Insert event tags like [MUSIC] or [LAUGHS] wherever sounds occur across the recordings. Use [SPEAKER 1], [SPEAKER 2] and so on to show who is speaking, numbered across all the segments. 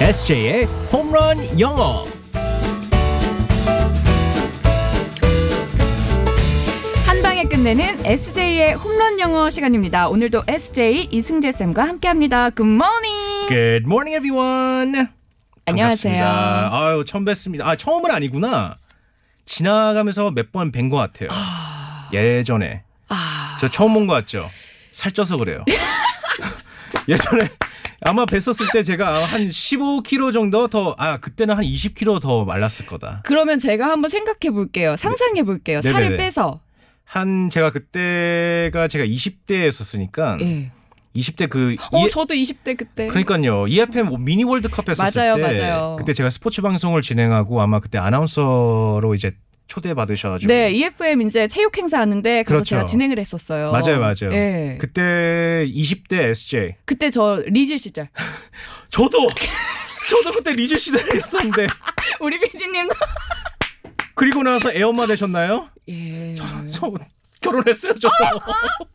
[SPEAKER 1] SJ의 홈런 영어.
[SPEAKER 2] 한방에 끝내는 SJ의 홈런 영어 시간입니다. 오늘도 SJ 이승재 쌤과 함께합니다. 굿모닝.
[SPEAKER 1] Good morning, everyone.
[SPEAKER 2] 안녕하세요.
[SPEAKER 1] 반갑습니다. 아유, 처음 뵀습니다. 아, 처음은 아니구나. 지나가면서 몇 번 뵌 것 같아요. 예전에.
[SPEAKER 2] 아,
[SPEAKER 1] 저 처음 본 것 같죠? 살쪄서 그래요. [LAUGHS] 예전에 아마 뵀었을 때 제가 한 15kg 정도 더, 아, 그때는 한 20kg 더 말랐을 거다.
[SPEAKER 2] 그러면 제가 한번 생각해 볼게요. 상상해 볼게요.
[SPEAKER 1] 네네네.
[SPEAKER 2] 살을 빼서.
[SPEAKER 1] 한, 제가 그때가 제가 20대였었으니까.
[SPEAKER 2] 예.
[SPEAKER 1] 20대 그.
[SPEAKER 2] 어,
[SPEAKER 1] 이-
[SPEAKER 2] 저도 20대 그때.
[SPEAKER 1] 그러니까요. EFM 뭐 미니 월드컵 했었을
[SPEAKER 2] 네. 맞아요,
[SPEAKER 1] 때
[SPEAKER 2] 맞아요.
[SPEAKER 1] 그때 제가 스포츠 방송을 진행하고 아마 그때 아나운서로 이제 초대 받으셔가지고
[SPEAKER 2] 네, EFM 이제 체육 행사 하는데 가서
[SPEAKER 1] 그렇죠.
[SPEAKER 2] 제가 진행을 했었어요.
[SPEAKER 1] 맞아요, 맞아요.
[SPEAKER 2] 예. 그...
[SPEAKER 1] 그때 20대 SJ
[SPEAKER 2] 때저 리즈 시절.
[SPEAKER 1] 저도 [LAUGHS] 저도 그때 리즈 시대였었는데
[SPEAKER 2] [LAUGHS] 우리 PD님도. [LAUGHS]
[SPEAKER 1] 그리고 나서 애엄마 되셨나요?
[SPEAKER 2] 예.
[SPEAKER 1] 저 결혼했어요, 저도. [LAUGHS]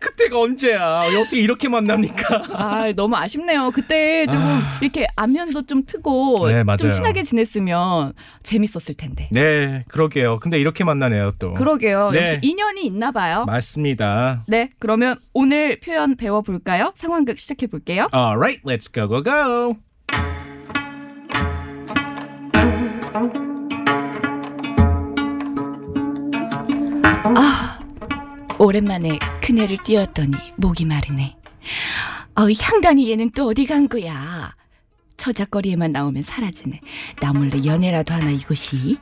[SPEAKER 1] 그때가 언제야? 어떻게 이렇게 만납니까? [LAUGHS]
[SPEAKER 2] 아, 너무 아쉽네요. 그때 조금 이렇게 안면도 좀 트고
[SPEAKER 1] 네, 맞아요.
[SPEAKER 2] 좀 친하게 지냈으면 재밌었을 텐데.
[SPEAKER 1] 네, 그러게요. 근데 이렇게 만나네요, 또.
[SPEAKER 2] 그러게요.
[SPEAKER 1] 네.
[SPEAKER 2] 역시 인연이 있나 봐요.
[SPEAKER 1] 맞습니다.
[SPEAKER 2] 네, 그러면 오늘 표현 배워볼까요? 상황극 시작해볼게요.
[SPEAKER 1] Alright, let's go, go, go.
[SPEAKER 2] 오랜만에 그네를 뛰었더니 목이 마르네. 어이, 향단이 얘는 또 어디 간 거야? 저작거리에만 나오면 사라지네. 나 몰래 연애라도 하나 이것이.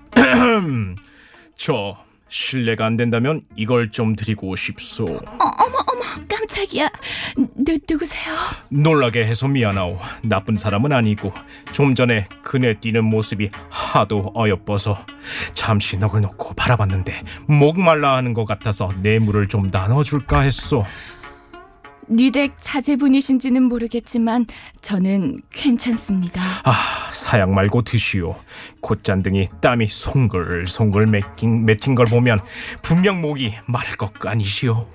[SPEAKER 1] 저 실례가 안 된다면 이걸 좀 드리고 싶소.
[SPEAKER 2] 어, 깜짝이야. 누, 누구세요?
[SPEAKER 1] 놀라게 해서 미안하오. 나쁜 사람은 아니고 좀 전에 그네 뛰는 모습이 하도 어여뻐서 잠시 넋을 놓고 바라봤는데 목말라 하는 것 같아서 뇌물을 좀 나눠줄까 했소.
[SPEAKER 2] 뉴덱 자제분이신지는 모르겠지만 저는 괜찮습니다.
[SPEAKER 1] 아 사양 말고 드시오. 콧잔등이 땀이 송글송글 맺힌, 맺힌 걸 보면 분명 목이 마를 것 아니시오.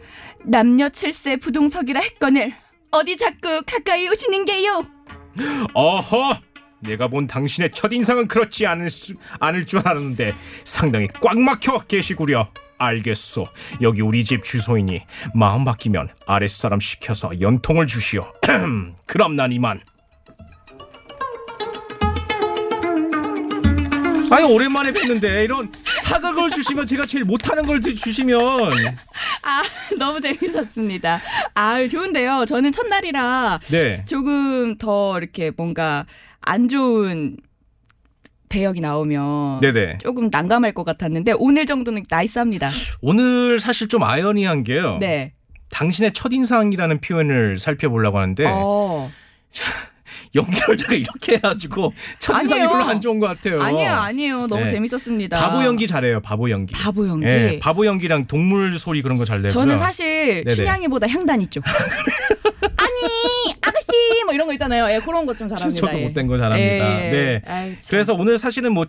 [SPEAKER 2] 남녀 칠세 부동석이라 했거늘 어디 자꾸 가까이 오시는 게요.
[SPEAKER 1] 어허! 내가 본 당신의 첫인상은 그렇지 않을, 수, 않을 줄 알았는데 상당히 꽉 막혀 계시구려. 알겠소. 여기 우리 집 주소이니 마음 바뀌면 아랫사람 시켜서 연통을 주시오. [CLEARS THROAT] 그럼 난 이만. 아니 오랜만에 뵙는데 이런 사각을 주시면 제가 제일 못하는 걸 주시면
[SPEAKER 2] 아 [LAUGHS] 너무 재밌었습니다. 아 좋은데요. 저는 첫날이라
[SPEAKER 1] 네
[SPEAKER 2] 조금 더 이렇게 뭔가 안 좋은 배역이 나오면
[SPEAKER 1] 네네
[SPEAKER 2] 조금 난감할 것 같았는데 오늘 정도는 나이스합니다.
[SPEAKER 1] 그렇죠. 오늘 사실 좀 아이러니한 게요
[SPEAKER 2] 네.
[SPEAKER 1] 당신의 첫인상이라는 표현을 살펴보려고 하는데
[SPEAKER 2] 어.
[SPEAKER 1] 연결자가 이렇게 해가지고 첫인상이
[SPEAKER 2] 아니에요.
[SPEAKER 1] 별로 안 좋은 것 같아요.
[SPEAKER 2] 아니에요, 아니에요. 너무
[SPEAKER 1] 네.
[SPEAKER 2] 재밌었습니다.
[SPEAKER 1] 바보 연기 잘해요. 바보 연기.
[SPEAKER 2] 바보 연기.
[SPEAKER 1] 예, 바보 연기랑 동물 소리 그런 거 잘 내고요.
[SPEAKER 2] 저는 사실
[SPEAKER 1] 네네.
[SPEAKER 2] 춘향이보다 향단
[SPEAKER 1] [LAUGHS]
[SPEAKER 2] 있죠. 아니 아가씨 뭐 이런 거 있잖아요. 예, 그런 것 좀 잘합니다.
[SPEAKER 1] 저도
[SPEAKER 2] 예.
[SPEAKER 1] 못된 거 잘합니다.
[SPEAKER 2] 예, 예.
[SPEAKER 1] 네.
[SPEAKER 2] 아유, 참.
[SPEAKER 1] 그래서 오늘 사실은 뭐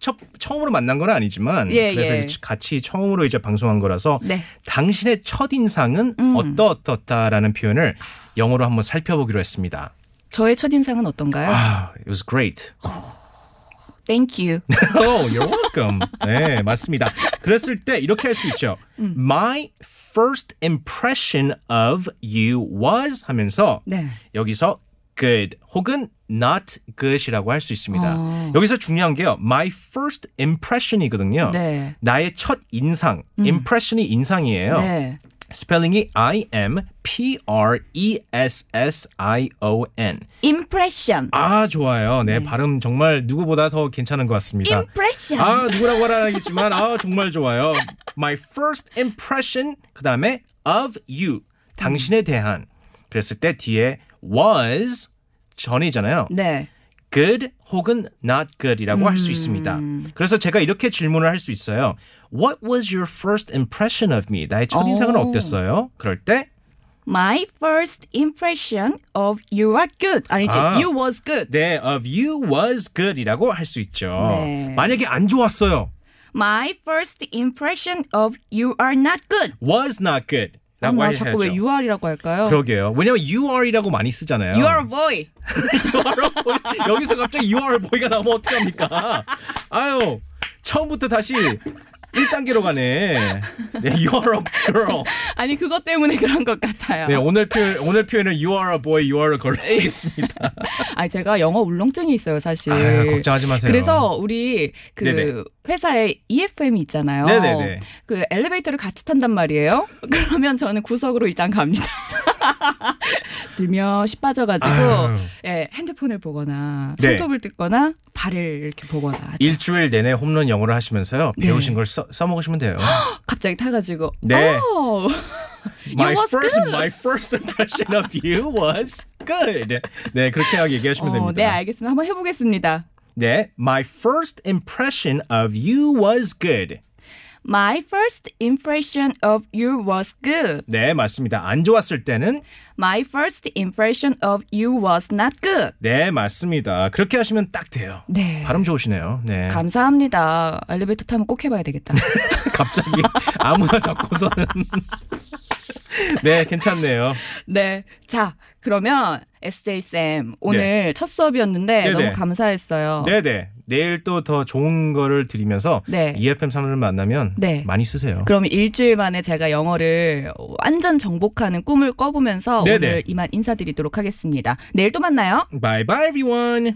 [SPEAKER 1] 첫 처음으로 만난 건 아니지만
[SPEAKER 2] 예,
[SPEAKER 1] 그래서
[SPEAKER 2] 예.
[SPEAKER 1] 이제 같이 처음으로 이제 방송한 거라서
[SPEAKER 2] 네.
[SPEAKER 1] 당신의 첫 인상은
[SPEAKER 2] 음.
[SPEAKER 1] 어떠 어떻다라는 표현을 영어로 한번 살펴보기로 했습니다.
[SPEAKER 2] 음. 저의 첫인상은 어떤가요?
[SPEAKER 1] 아, it was great.
[SPEAKER 2] Thank you.
[SPEAKER 1] Oh, you're welcome. 네, 맞습니다. 그랬을 때 이렇게 할 수 있죠. My first impression of you was 하면서
[SPEAKER 2] 네.
[SPEAKER 1] 여기서 good 혹은 not good이라고 할 수 있습니다.
[SPEAKER 2] 어.
[SPEAKER 1] 여기서 중요한 게요. My first impression이거든요.
[SPEAKER 2] 네. 음.
[SPEAKER 1] 나의 첫 인상, impression이 인상이에요.
[SPEAKER 2] 네.
[SPEAKER 1] 스펠링이 I M P R E S S I O N.
[SPEAKER 2] Impression.
[SPEAKER 1] 아 좋아요. 네, 발음 정말 누구보다 더 괜찮은 것 같습니다.
[SPEAKER 2] Impression.
[SPEAKER 1] 아 누구라고 하라 하겠지만 아 정말 좋아요. My first impression 그 다음에 of you 당신에 대한 그랬을 때 뒤에 was 전이잖아요.
[SPEAKER 2] 네.
[SPEAKER 1] Good 혹은 not good이라고 할 수 있습니다.
[SPEAKER 2] 음.
[SPEAKER 1] 그래서 제가 이렇게 질문을 할 수 있어요. What was your first impression of me? 나의 첫 인상은
[SPEAKER 2] 오.
[SPEAKER 1] 어땠어요? 그럴 때
[SPEAKER 2] My first impression of you are good. 아니죠.
[SPEAKER 1] 아.
[SPEAKER 2] You was good.
[SPEAKER 1] 네, of you was good이라고 할 수 있죠.
[SPEAKER 2] 네.
[SPEAKER 1] 만약에 안 좋았어요.
[SPEAKER 2] My first impression of you are not good.
[SPEAKER 1] was not good. 라고
[SPEAKER 2] 나
[SPEAKER 1] 해야죠.
[SPEAKER 2] 자꾸 왜 UR이라고 할까요?
[SPEAKER 1] 그러게요. 왜냐면 you are이라고 많이 쓰잖아요.
[SPEAKER 2] 어. You are a boy.
[SPEAKER 1] 보이- [LAUGHS] 여기서 갑자기 you are boy가 나오면 어떡합니까? 아유, 처음부터 다시 1단계로 가네. 네, you are a girl.
[SPEAKER 2] 아니 그것 때문에 그런 것 같아요.
[SPEAKER 1] 네, 오늘 표현, 오늘 표현은 you are a boy, you are a girl 하겠습니다.
[SPEAKER 2] 아니 제가 영어 울렁증이 있어요 사실.
[SPEAKER 1] 아유, 걱정하지 마세요.
[SPEAKER 2] 예. 그래서 우리 그
[SPEAKER 1] 네네.
[SPEAKER 2] 회사에 E EFM이 있잖아요.
[SPEAKER 1] 네네네.
[SPEAKER 2] 그 엘리베이터를 같이 탄단 말이에요. [LAUGHS] 그러면 저는 구석으로 일단 갑니다. [LAUGHS] 슬며시 빠져가지고
[SPEAKER 1] 아유.
[SPEAKER 2] 예, 핸드폰을 보거나
[SPEAKER 1] 네.
[SPEAKER 2] 손톱을 뜯거나 발을 이렇게 보거나 하죠.
[SPEAKER 1] 일주일 내내 홈런 영어를 하시면서요.
[SPEAKER 2] 네.
[SPEAKER 1] 배우신 걸 써, 써먹으시면
[SPEAKER 2] [GASPS]
[SPEAKER 1] 돼요.
[SPEAKER 2] 갑자기 타가지고 어!
[SPEAKER 1] 네.
[SPEAKER 2] 오,
[SPEAKER 1] My
[SPEAKER 2] You was
[SPEAKER 1] first,
[SPEAKER 2] good.
[SPEAKER 1] my first impression of you was good. 네, 그렇게 하고 얘기하시면
[SPEAKER 2] 어,
[SPEAKER 1] 됩니다.
[SPEAKER 2] 네 알겠습니다. 한번 해보겠습니다.
[SPEAKER 1] 네, my first impression of you was good.
[SPEAKER 2] My first impression of you was good.
[SPEAKER 1] 네, 맞습니다. 안 좋았을 때는
[SPEAKER 2] My first impression of you was not good.
[SPEAKER 1] 네, 맞습니다. 그렇게 하시면 딱 돼요.
[SPEAKER 2] 네.
[SPEAKER 1] 발음 좋으시네요. 네.
[SPEAKER 2] 감사합니다. 엘리베이터 타면 꼭 해봐야 되겠다.
[SPEAKER 1] [LAUGHS] 갑자기 아무나 잡고서는 [LAUGHS] 네, 괜찮네요.
[SPEAKER 2] 네. 자, 그러면 SJ쌤, 오늘 첫 수업이었는데
[SPEAKER 1] 네. 네네.
[SPEAKER 2] 너무 감사했어요.
[SPEAKER 1] 네, 네. 내일 또 더 좋은 거를 드리면서 E
[SPEAKER 2] 네.
[SPEAKER 1] EFM 사무를 만나면
[SPEAKER 2] 네.
[SPEAKER 1] 많이 쓰세요.
[SPEAKER 2] 그럼 일주일 만에 제가 영어를 완전 정복하는 꿈을 꿔보면서
[SPEAKER 1] 네네.
[SPEAKER 2] 오늘 이만 인사드리도록 하겠습니다. 내일 또 만나요.
[SPEAKER 1] Bye bye everyone.